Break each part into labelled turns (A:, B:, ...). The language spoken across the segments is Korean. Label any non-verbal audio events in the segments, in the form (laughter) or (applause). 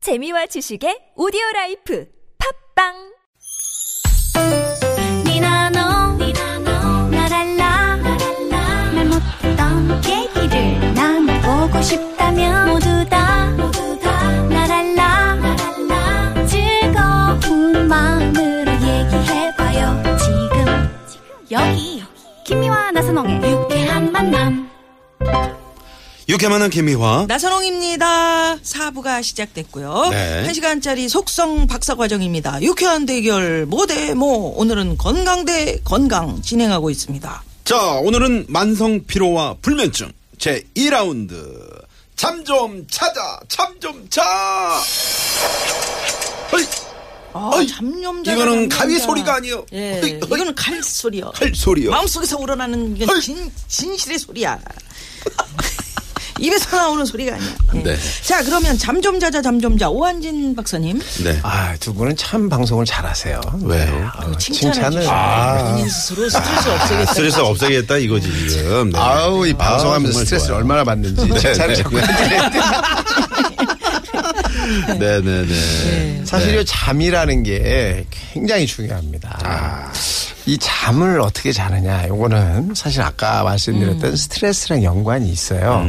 A: 재미와 지식의 오디오 라이프 팝빵
B: 니나노 나랄라 말 못했던 얘기를 나눠보고 싶다면 모두 다 나랄라 즐거운 마음으로 얘기해봐요 지금 여기 김미와 나선홍의 유쾌한 만남
C: 유쾌만한 김미화.
D: 나선홍입니다. 사부가 시작됐고요.
C: 네.
D: 한 시간짜리 속성 박사 과정입니다. 유쾌한 대결 뭐대뭐 오늘은 건강 대 건강 진행하고 있습니다.
C: 자, 오늘은 만성 피로와 불면증 제 2라운드. 잠 좀 찾아, 잠 좀 자. 어이,
D: 아,
C: 어이,
D: 잠념자.
C: 이거는 가위 소리가 아니요.
D: 예,
C: 어이, 어이.
D: 이거는 칼 소리요.
C: 할 소리요.
D: 마음속에서 우러나는 이건
C: 어이.
D: 진, 진실의 소리야. (laughs) 입에서 나오는 소리가 아니야. 예.
C: 네.
D: 자, 그러면 잠 좀 자자 잠 좀 자. 오한진 박사님.
C: 네.
E: 아, 두 분은 참 방송을 잘하세요.
C: 왜요?
E: 아,
D: 그 칭찬을
E: 칭찬을.
C: 아.
D: 본인 스스로 스트레스 없애겠다.
C: 스트레스 없애겠다 이거지 지금. 네.
E: 아우, 네, 이
C: 아,
E: 방송하면서
C: 정말
E: 스트레스를
C: 좋아요.
E: 얼마나 받는지. 칭찬을 자꾸.
C: (laughs) 네, 네, 네.
E: 사실 요 잠이라는 게 굉장히 중요합니다. 이 잠을 어떻게 자느냐, 요거는 사실 아까 말씀드렸던
D: 음.
E: 스트레스랑 연관이 있어요.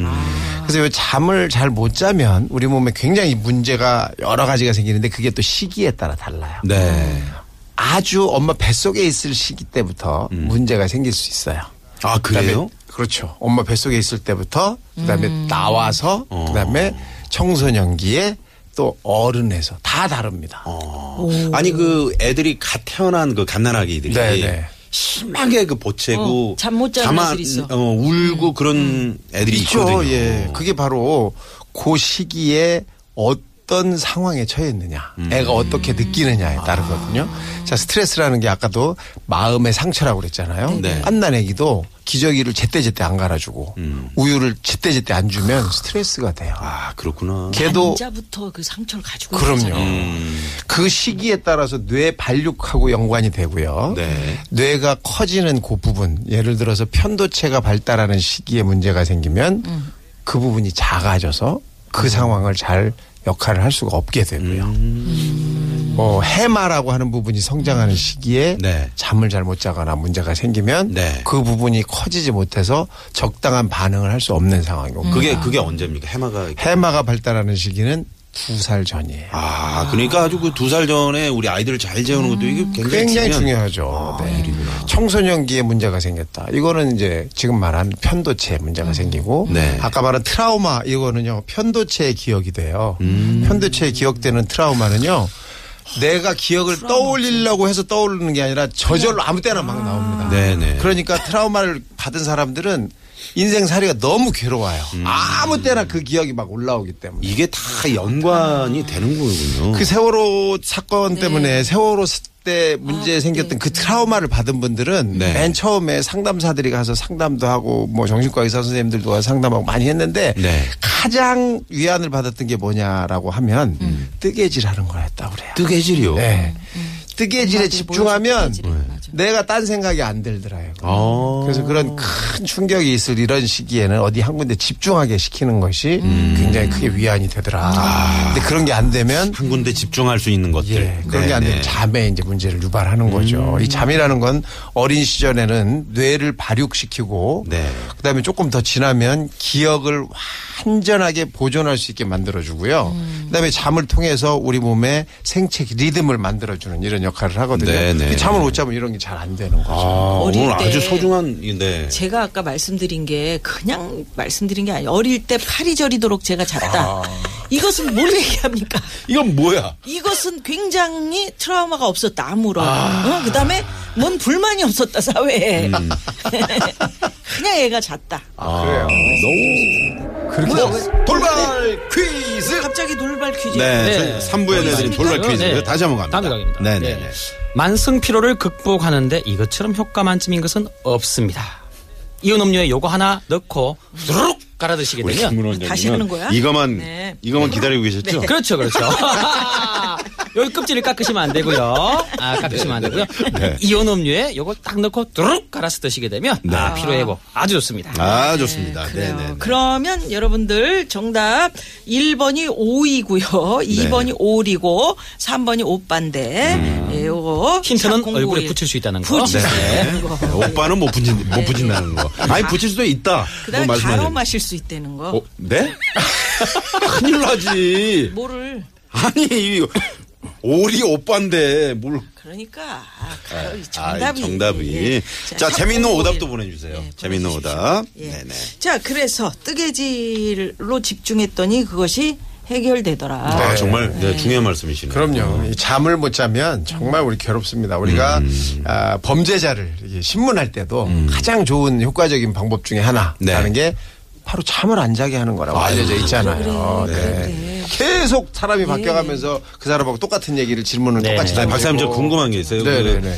E: 그래서 요 잠을 잘 못 자면 우리 몸에 굉장히 문제가 여러 가지가 생기는데 그게 또 시기에 따라 달라요.
C: 네.
E: 아주 엄마 뱃속에 있을 시기 때부터 문제가 생길 수 있어요.
C: 아, 그래요?
E: 그다음에- 그렇죠. 엄마 뱃속에 있을 때부터 그다음에 나와서
C: 어.
E: 그다음에 청소년기에 또 어른에서 다 다릅니다.
C: 아니 그 애들이 갓 태어난 그 갓난아기들이
E: 네, 네.
C: 심하게 그 보채고
D: 어, 잠못 자는
C: 자만-
D: 애들이 있어. 음.
C: 어, 울고 그런 애들이 있거든요.
E: 예. 그게 바로 그 시기에 어떤 상황에 처했느냐,
C: 음.
E: 애가 어떻게 느끼느냐에 따르거든요.
C: 아.
E: 자, 스트레스라는 게 아까도 마음의 상처라고 그랬잖아요.
C: 네.
E: 깐난 애기도 기저귀를 제때제때 안 갈아주고
C: 음.
E: 우유를 제때제때 안 주면 스트레스가 돼요.
C: 아, 그렇구나.
E: 걔도
D: 남자부터 그 상처를 가지고
E: 그럼요.
D: 있잖아요.
C: 음.
E: 그 시기에 따라서 뇌 발육하고 연관이 되고요.
C: 네.
E: 뇌가 커지는 그 부분, 예를 들어서 편도체가 발달하는 시기에 문제가 생기면 그 부분이 작아져서
C: 음.
E: 그 상황을 잘 역할을 할 수가 없게 되고요. 뭐 해마라고 하는 부분이 성장하는 시기에
C: 음. 네.
E: 잠을 잘 못 자거나 문제가 생기면
C: 네.
E: 그 부분이 커지지 못해서 적당한 반응을 할 수 없는 상황이고
C: 그게
D: 아.
C: 그게 언제입니까? 해마가 이렇게.
E: 해마가 발달하는 시기는 두 살 전이에요.
C: 아, 그러니까 아주 그 두 살 전에 우리 아이들을 잘 재우는 것도 이게 굉장히,
E: 음. 굉장히
C: 중요한- 아,
E: 중요하죠. 네. 청소년기에 문제가 생겼다. 이거는 이제 지금 말한 편도체에 문제가 생기고
C: 네.
E: 아까 말한 트라우마 이거는요 편도체에 기억이 돼요.
C: 음.
E: 편도체에 기억되는 트라우마는요 내가 기억을 떠올리려고 해서 떠오르는 게 아니라 저절로 아무 때나 막 나옵니다.
C: 네. 네네.
E: 그러니까 트라우마를 받은 사람들은 인생살이가 너무 괴로워요.
C: 음.
E: 아무 때나 그 기억이 막 올라오기 때문에.
C: 이게 다 연관이 되는 거군요.
E: 그 세월호 사건 때문에 세월호 스- 때 문제 생겼던 그 트라우마를 받은 분들은
C: 네.
E: 맨 처음에 상담사들이 가서 상담도 하고 뭐 정신과 의사 선생님들도 가서 상담하고 많이 했는데
C: 네.
E: 가장 위안을 받았던 게 뭐냐라고 하면 뜨개질 하는 거였다고 그래요.
C: 뜨개질이요. 음.
E: 네. 뭐 뜨개질에 집중하면 내가 딴 생각이 안 들더라고요.
C: 네. 아.
E: 그래서 그런 큰 충격이 있을 이런 시기에는 어디 한 군데 집중하게 시키는 것이
C: 음.
E: 굉장히 크게 위안이 되더라. 근데 그런 게 안 되면
C: 아. 한 군데 집중할 수 있는 것들.
E: 예, 그런
C: 네,
E: 게 안 되면
C: 네. 음.
E: 잠에 이제 문제를 유발하는 거죠. 이 잠이라는 건 어린 시절에는 뇌를 발육시키고
C: 네.
E: 그다음에 조금 더 지나면 기억을 완전하게 보존할 수 있게 만들어 주고요. 그다음에 잠을 통해서 우리 몸의 생체 리듬을 만들어 주는 이런 역할을 하거든요.
C: 네, 네.
E: 이 잠을 못 자면 이런 게 잘 안 되는
C: 아,
E: 거죠.
D: 어릴
C: 오늘
D: 때
C: 아주 소중한 네.
D: 제가 아까 말씀드린 게 그냥 말씀드린 게 아니에요. 어릴 때 팔이 저리도록 제가 잤다.
E: 아.
D: 이것은 뭘 얘기합니까?
C: 이건 뭐야?
D: 이것은 굉장히 트라우마가 없었다 아무런. 어? 그다음에 뭔 불만이 없었다 사회에.
E: 음.
D: (laughs) 그냥 애가 잤다.
C: 그래요.
E: 그렇게
D: 네.
C: 돌발 퀴즈.
D: 갑자기 돌발 퀴즈.
C: 네. 삼부에 내드린 돌발 퀴즈
F: 네.
C: 다시 한번 갑니다.
F: 다음에 가겠습니다.
C: 네,
F: 네.
C: 네, 네.
F: 만성 피로를 극복하는데 이것처럼 효과만점인 것은 없습니다. 이온 음료에 요거 하나 넣고 두루룩 갈아 드시게
C: 우리
F: 되면
C: 김문원
D: 다시
C: 장님은
D: 하는 거야?
C: 이거만
D: 네.
C: (laughs) 이거만 기다리고 계셨죠?
F: 그렇죠, 그렇죠. 여기 껍질을 깎으시면 안 되고요.
C: 네,
F: 아, 깎으시면 안 되고요. 이온 음료에 요거 딱 넣고 두룩 갈아서 드시게 되면 아, 피로 회복 아주 좋습니다.
C: 네. 아, 좋습니다. 네,
D: 그래요.
C: 네. 네.
D: 그러면 여러분들 정답 1번이 오이고요.
C: 네.
D: 2번이 오리고 3번이 오빠인데 예, 요거
F: 힌트는
D: 4051.
F: 얼굴에 붙일 수 있다는 거.
D: 붙일 수
F: 네.
D: 있다는 거.
C: 음. 네, 오빠는 못 붙인 못 붙인다는 거. 아니 붙일 수도 있다.
D: 그다음에
C: 뭐 말씀하셨-
D: 가로 마실 수 있다는 거.
C: 어, 네? (laughs) 큰일 나지.
D: 뭐를
C: 아니 이거 오리 오빠인데 뭘?
D: 그러니까 아, 가로, 이
C: 아,
D: 정답이
C: 정답이.
D: 예.
C: 자, 재밌는
D: 4051.
C: 오답도 보내주세요. 재밌는 오답.
D: 예.
C: 네네.
D: 자, 그래서 뜨개질로 집중했더니 그것이 해결되더라.
C: 아, 정말 네, 중요한 말씀이시네요. 음.
E: 그럼요. 이 잠을 못 자면 정말 우리 괴롭습니다. 우리가
C: 음.
E: 아, 범죄자를 이렇게 신문할 때도 가장 좋은 효과적인 방법 중에 하나라는
C: 네.
E: 게 바로 잠을 안 자게 하는 거라고 알려져
C: 그렇죠.
E: 있잖아요. 네. 계속 사람이 바뀌어가면서 그 사람하고 똑같은 얘기를 질문을
F: 네.
E: 똑같이
C: 아니, 박사님 저
E: 던지고.
C: 궁금한 게 있어요.
E: 네,
C: 그
E: 네, 네.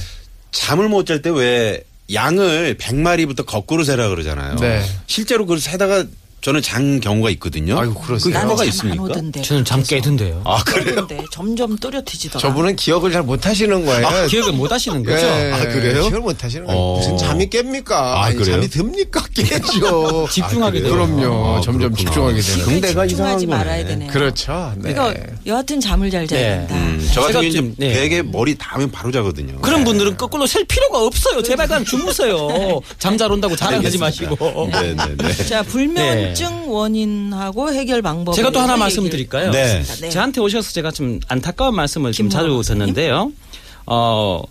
C: 잠을 못 잘 때 왜 양을 100마리부터 거꾸로 세라 그러잖아요.
E: 네.
C: 실제로 그걸 세다가 저는 잔 경우가 있거든요.
E: 아이고, 그러세요?
C: 그 효과가
D: 나는 잠 안
C: 있습니까?
D: 오던데.
F: 저는 잠 깨던데요.
C: 아, 그래요?
D: 근데 점점 또렷해지더라.
E: 저분은 기억을 잘 못 하시는 거예요.
F: 아, 기억을 못
E: 예,
F: 하시는 거죠?
C: 아, 그래요?
E: 기억을 못 하시는 거예요.
C: 어.
E: 무슨 잠이 깹니까?
C: 아,
E: 아니,
C: 그래요?
E: 잠이 듭니까? (laughs) 깨죠. 아,
F: 집중하게 돼요.
E: 그럼요. 점점 집중하게 되는
D: 집에
C: 근데가
D: 집중하지
C: 이상한
D: 말아야
C: 거네.
D: 되네요.
E: 그렇죠. 네.
D: 그러니까 여하튼 잠을 잘 자야
F: 네.
D: 된다.
C: 음, 저 같은
F: 제가
C: 경우는 이제
F: 좀, 네.
C: 베개 머리 닿으면 바로 자거든요.
F: 그런 분들은 거꾸로 셀 필요가 없어요. 제발 그냥 주무세요. 잠 잘 온다고 자랑하지
C: 알겠습니다.
F: 마시고.
C: 네, 네,
D: (laughs)
C: 네.
D: 자, 불면증 원인하고 해결 방법.
F: 제가 또 하나 말씀드릴까요?
C: 네.
D: 네.
F: 저한테 오셔서 제가 좀 안타까운 말씀을 좀 자주
D: 김문호
F: 듣는데요. 어,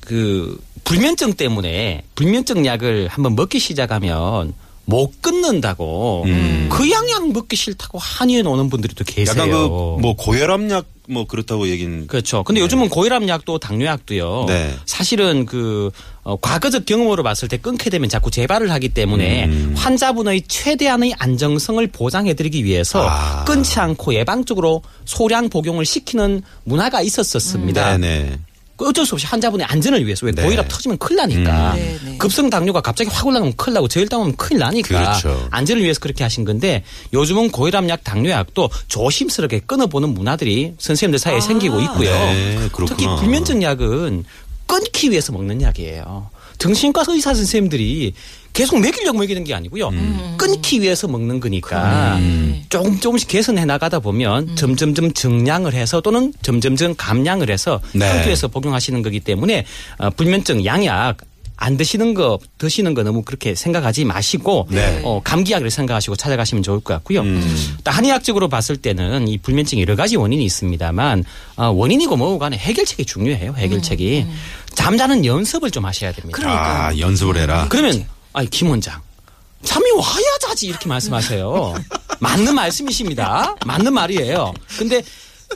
F: 그, 불면증 때문에 불면증 약을 한번 먹기 시작하면 못 끊는다고 그 양양 먹기 싫다고 한의원 오는 분들이 또 계세요.
C: 음. 약간 그 뭐 고혈압약 뭐 그렇다고 얘기는
F: 그렇죠. 근데 요즘은 고혈압 약도 당뇨 약도요.
C: 네.
F: 사실은 그 어, 과거적 경험으로 봤을 때 끊게 되면 자꾸 재발을 하기 때문에
C: 음.
F: 환자분의 최대한의 안정성을 보장해드리기 위해서
C: 아.
F: 끊지 않고 예방적으로 소량 복용을 시키는 문화가 있었었습니다.
C: 음. 네네. 아,
F: 그 어쩔 수 없이 환자분의 안전을 위해서 왜
C: 네.
F: 고혈압 터지면 큰일 나니까
D: 음. 네, 네.
F: 급성 당뇨가 갑자기 확 올라가면 큰일 나고 저혈당하면 큰일 나니까
C: 그렇죠.
F: 안전을 위해서 그렇게 하신 건데 요즘은 고혈압약 당뇨약도 조심스럽게 끊어보는 문화들이 선생님들 사이에
D: 아.
F: 생기고 있고요
C: 네,
F: 특히
C: 그렇구나.
F: 불면증 약은 끊기 위해서 먹는 약이에요 정신과 의사 선생님들이 계속 먹이려고 먹이는 게 아니고요
C: 음.
D: 음.
F: 끊기 위해서 먹는 거니까 조금 조금씩 개선해 나가다 보면
D: 음.
F: 점점점 증량을 해서 또는 점점점 감량을 해서
C: 네.
F: 평소에서 복용하시는 거기 때문에 어, 불면증 양약 안 드시는 거 드시는 거 너무 그렇게 생각하지 마시고
C: 네.
F: 어, 감기약을 생각하시고 찾아가시면 좋을 것 같고요. 또 한의학적으로 봤을 때는 이 불면증 여러 가지 원인이 있습니다만 아, 원인이고 뭐고간에 해결책이 중요해요. 해결책이 잠자는 연습을 좀 하셔야 됩니다.
C: 아 연습을 해라.
F: 그러면 아니 김 원장 잠이 와야 자지
C: (laughs)
F: 이렇게 말씀하세요. 맞는 말씀이십니다. 맞는 말이에요. 근데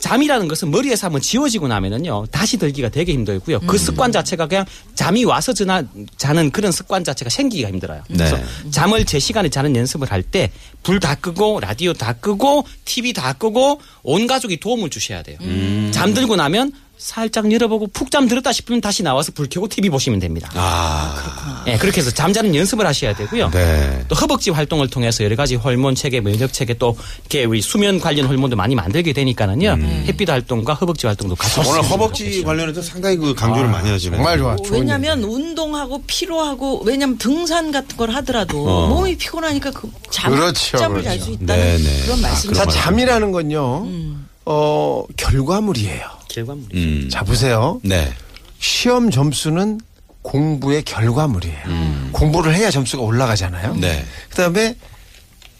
F: 잠이라는 것은 머리에서 한번 지워지고 나면은요 다시 들기가 되게 힘들고요
C: 음.
F: 그 습관 자체가 그냥 잠이 와서 지나, 자는 그런 습관 자체가 생기기가 힘들어요 그래서
C: 네.
F: 잠을 제 시간에 자는 연습을 할 때 불 다 끄고 라디오 다 끄고 TV 다 끄고 온 가족이 도움을 주셔야 돼요
C: 음.
F: 잠들고 나면 살짝 열어보고 푹 잠들었다 싶으면 다시 나와서 불 켜고 TV 보시면 됩니다
C: 아
F: 예, 그렇게 해서 잠자는 연습을 하셔야 되고요.
C: 네.
F: 또 허벅지 활동을 통해서 여러 가지 호르몬 체계, 면역 체계 또 이렇게 우리 수면 관련 호르몬도 많이 만들게 되니까는요. 햇빛 활동과 허벅지 활동도 같이
C: 음. 오늘
F: 있으면
C: 허벅지
F: 좋겠죠.
C: 관련해서 상당히 그 강조를 많이 하시네요.
E: 정말 좋아. 좋은
D: 왜냐면 운동하고 피로하고 왜냐면 등산 같은 걸 하더라도
C: 어.
D: 몸이 피곤하니까 그 잠,
E: 그렇죠,
D: 잠을
E: 그렇죠.
D: 잘 수 있다는
C: 네네.
D: 그런
C: 아,
E: 자,
D: 말씀이죠.
C: 그런
E: 잠이라는 건요, 어, 결과물이에요.
F: 결과물이.
C: 음.
E: 자, 보세요.
C: 네.
E: 시험 점수는 공부의 결과물이에요. 공부를 해야 점수가 올라가잖아요.
C: 네.
E: 그 다음에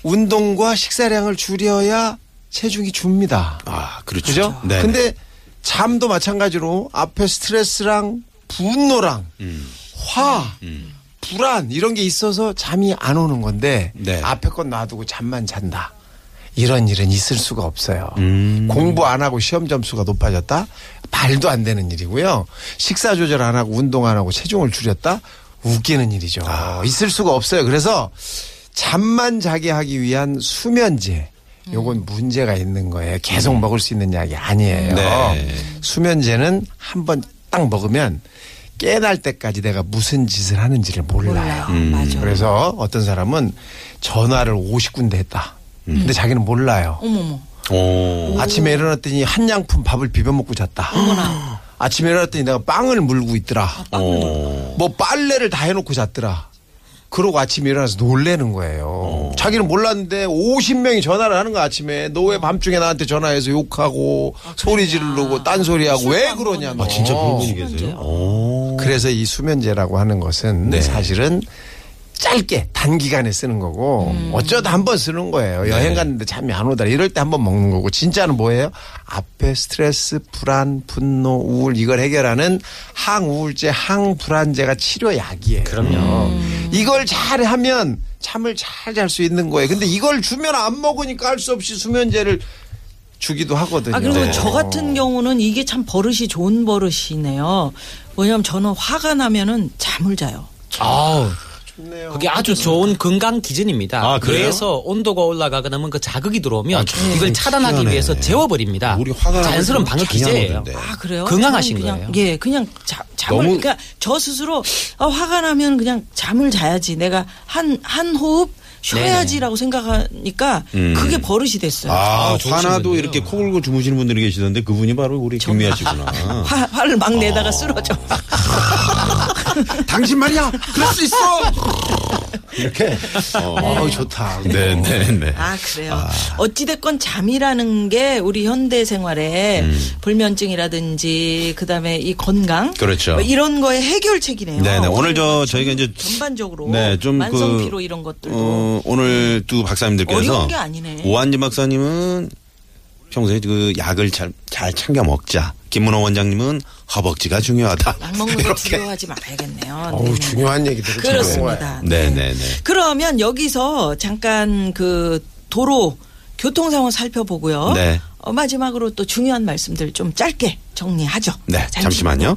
E: 운동과 식사량을 줄여야 체중이 줍니다.
C: 아 그렇죠.
E: 그죠?
C: 네.
E: 근데 잠도 마찬가지로 앞에 스트레스랑 분노랑
C: 음.
E: 화, 불안 이런 게 있어서 잠이 안 오는 건데
C: 네.
E: 앞에 건 놔두고 잠만 잔다. 이런 일은 있을 수가 없어요.
C: 음.
E: 공부 안 하고 시험 점수가 높아졌다? 말도 안 되는 일이고요. 식사 조절 안 하고 운동 안 하고 체중을 줄였다? 웃기는 일이죠.
C: 아.
E: 있을 수가 없어요. 그래서 잠만 자게 하기 위한 수면제. 요건 문제가 있는 거예요. 계속 먹을 수 있는 약이 아니에요.
C: 음. 네.
E: 수면제는 한 번 딱 먹으면 깨날 때까지 내가 무슨 짓을 하는지를 몰라요.
D: 몰라요. 음. 맞아.
E: 그래서 어떤 사람은 전화를 50군데 했다. 근데 자기는 몰라요.
D: 음. 어머머.
C: 오.
E: 아침에 일어났더니 한 양푼 밥을 비벼 먹고 잤다. 아침에 일어났더니 내가 빵을 물고 있더라.
C: 오.
E: 뭐 빨래를 다 해놓고 잤더라. 그러고 아침에 일어나서 놀래는 거예요. 자기는 몰랐는데 50명이 전화를 하는 거야 아침에. 너 왜 밤중에 나한테 전화해서 욕하고 소리 지르고 딴소리하고 왜 그러냐고.
C: 아, 진짜 그런 분이 계세요? 오.
E: 그래서 이 수면제라고 하는 것은
C: 네.
E: 사실은 짧게 단기간에 쓰는 거고
F: 음.
E: 어쩌다 한 번 쓰는
F: 네.
E: 거예요. 여행 갔는데 잠이 안 오다 이럴 때 한 번 먹는 거고 진짜는 뭐예요? 앞에 스트레스, 불안, 분노, 우울 이걸 해결하는 항우울제, 항불안제가 치료약이에요. 음.
F: 그럼요.
E: 이걸 잘 하면 잠을 잘 잘 수 있는 거예요. 근데 이걸 주면 안 먹으니까 할 수 없이 수면제를 주기도 하거든요.
D: 아, 그리고
E: 네.
D: 저 같은 경우는 이게 참 버릇이 좋은 버릇이네요. 왜냐면 저는 화가 나면은 잠을 자요.
F: 아우. 그게 아주 좋은 건강 기준입니다.
C: 아, 그래요?
F: 뇌에서 온도가 올라가거나 뭔가 자극이 들어오면
C: 참
F: 이걸 차단하기
C: 희한하네.
F: 위해서 재워버립니다.
C: 우리 화가 나면
F: 자연스러운 방어
C: 잔인한
F: 기제예요.
C: 건데.
D: 아, 그래요?
F: 건강하신
D: 저는 그냥,
F: 거예요.
D: 예, 그냥 자, 잠을
C: 너무-
D: 그러니까 저 스스로 아, 화가 나면 그냥 잠을 자야지. 내가 한 한 호흡 쉬어야지라고 생각하니까 그게 버릇이 됐어요.
C: 음. 아,
F: 좋으신
C: 화나도
F: 분이에요.
C: 이렇게 코 골고 주무시는 분들이 계시던데 그분이 바로 우리 김미아 씨구나.
D: 화, 화를
C: 어.
D: 막 내다가 쓰러져.
C: (laughs) 아, 당신 말이야! 그럴 수 있어! 이렇게.
E: 어우, 좋다.
C: 네, 네, 네.
D: 아 그래요. 어찌됐건 잠이라는 게 우리 현대 생활에 불면증이라든지 그다음에 이 건강
C: 음. 그렇죠.
D: 뭐 이런 거의 해결책이네요.
C: 네, 네. 오늘 저 저희가 이제
D: 전반적으로
C: 네, 좀
D: 만성
C: 그,
D: 피로 이런 것들도
C: 어, 오늘 두 박사님들께서
D: 어려운 게 아니네.
C: 오한진 박사님은 평소에 그 약을 잘, 잘 챙겨 먹자. 김문호 원장님은 허벅지가 중요하다.
D: 약 먹는 거 두려워하지 말아야겠네요. 네,
E: 어우,
D: 네.
E: 중요한 얘기들을 잘
D: 그렇습니다.
C: 네, 네, 네.
D: 그러면 여기서 잠깐 그 도로 교통 상황 살펴보고요.
C: 네.
D: 어, 마지막으로 또 중요한 말씀들 좀 짧게 정리하죠.
C: 네, 잠시만요.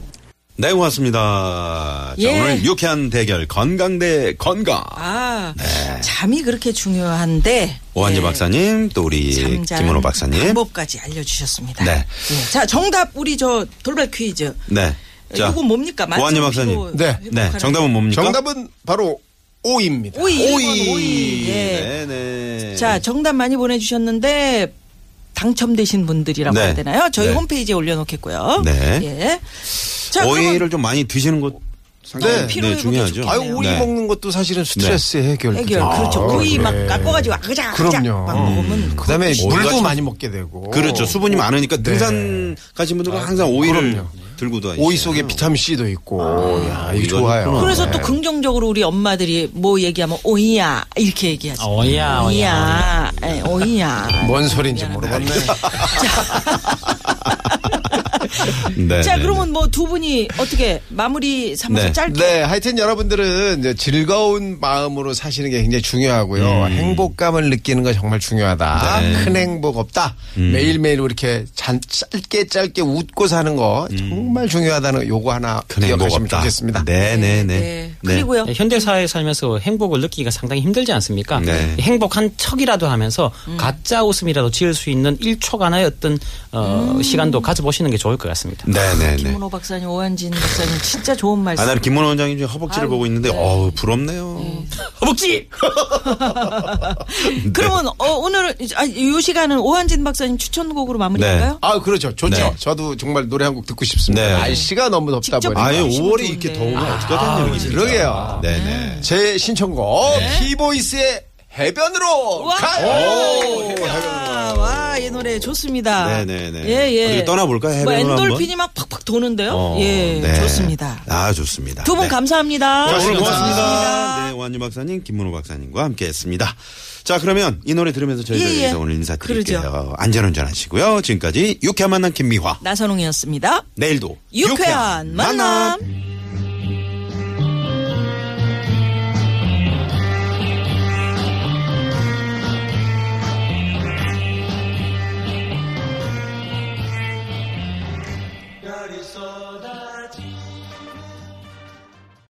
C: 네, 고맙습니다. 자,
D: 예.
C: 오늘 유쾌한 대결 건강 대 건강.
D: 아, 잠이 그렇게 중요한데.
C: 네. 오한재
D: 네,
C: 박사님, 또 우리
D: 잠자는
C: 김문호 박사님.
D: 방법까지 알려주셨습니다.
C: 네.
D: 예, 자, 정답 우리 저 돌발 퀴즈.
C: 네. 자,
D: 이건 뭡니까? 만성
C: 오한재 박사님.
D: 피로
E: 네,
C: 네,
D: 회복하는
C: 정답은 뭡니까?
E: 정답은 바로 오이입니다.
D: 오이. 일 번,
C: 오이.
D: 오이. 예.
C: 네, 네.
D: 자, 정답 많이 보내주셨는데 당첨되신 분들이라고
C: 네.
D: 해야 되나요? 저희
C: 네.
D: 홈페이지에 올려놓겠고요.
C: 네.
D: 예. 자,
C: 오이를 좀 많이 드시는 것 상당히
E: 네,
D: 피로 회복에
C: 중요하죠.
D: 좋겠네요.
E: 아유 오이
C: 네.
E: 먹는 것도 사실은 스트레스 해결.
D: 그러면 해결.
C: 아,
D: 그렇죠. 오이 막 깎아가지고 아그작 아그작
E: 그럼요.
D: 막 먹으면
E: 그다음에
C: 그것도
E: 물도
C: 오이가
E: 많이 먹게 되고.
C: 그렇죠. 수분이 많으니까 등산 가신 분들은 항상 오이를
E: 네. 그럼요.
C: 들고 다니죠.
E: 오이 속에 비타민 C도 있고.
C: 아,
E: 야, 이거
C: 이거
E: 좋아요. 네.
C: 있구나.
D: 그래서 또 긍정적으로 우리 엄마들이 뭐 얘기하면 오이야 이렇게 얘기하죠.
F: 아, 오이야,
D: 오이야, 예, 오이야.
C: 뭐
E: 뭔 소린지 모르겠네.
C: 네,
D: 자,
C: 네,
D: 그러면 뭐 두 분이 어떻게 마무리 삼아서
C: 네.
D: 짧게
E: 네, 하여튼 여러분들은 이제 즐거운 마음으로 사시는 게 굉장히 중요하고요.
C: 음.
E: 행복감을 느끼는 거 정말 중요하다.
C: 네.
E: 큰 행복 없다.
C: 음.
E: 매일매일 이렇게 잔, 짧게 짧게 웃고 사는 거 정말 중요하다는 요거 하나
C: 음. 큰 행복
E: 기억하시면
C: 없다.
E: 좋겠습니다.
C: 네, 네,
D: 네.
C: 네.
D: 그리고요.
F: 네, 현대 사회에 살면서 행복을 느끼기가 상당히 힘들지 않습니까?
C: 네.
F: 행복한 척이라도 하면서 가짜 웃음이라도 지을 수 있는 1초간의 어떤 어, 시간도 가져보시는 게 좋을 것 같습니다.
C: 네, 네, 네.
D: 김문호 박사님, 오한진 박사님 진짜 좋은 말씀.
C: 아, 나는 김원 원장님 지금 허벅지를 보고 있는데, 어우, 부럽네요.
F: 허벅지!
C: 네.
D: 그러면 어, 오늘 아, 이 시간은 오한진 박사님 추천곡으로 마무리할까요?
E: 아, 그렇죠. 좋죠.
C: 네.
E: 저도 정말 노래 한 곡 듣고 싶습니다.
C: 네.
E: 날씨가 너무 덥다
D: 직접 아,
E: 보니까.
C: 아예
D: 그러니까.
C: 5월이 이렇게 더우면 어떡하다는 얘기지.
E: 그러게요.
C: 네, 네.
E: 제 신청곡 키보이스의 해변으로
D: 네. 와!
E: 가요.
D: 아, 와, 이 노래 좋습니다.
C: 네네네.
D: 예, 예.
C: 어떻게 떠나볼까요?
D: 뭐
C: 해변으로 한번?
D: 엔돌핀이 막 팍팍 도는데요?
C: 어,
D: 예,
C: 네.
D: 좋습니다.
C: 아, 좋습니다.
D: 두 분
C: 네.
D: 감사합니다.
C: 자, 오늘
E: 고맙습니다.
C: 고맙습니다. 네, 오한유 박사님, 김문호 박사님과 함께 했습니다. 자, 그러면 이 노래 들으면서 저희가
D: 예, 예.
C: 여기서 오늘 인사드릴게요.
D: 그러죠.
C: 안전운전 하시고요. 지금까지 유쾌한 만남 김미화.
D: 나선홍이었습니다.
C: 내일도
D: 유쾌한, 만남.
G: 별이 쏟아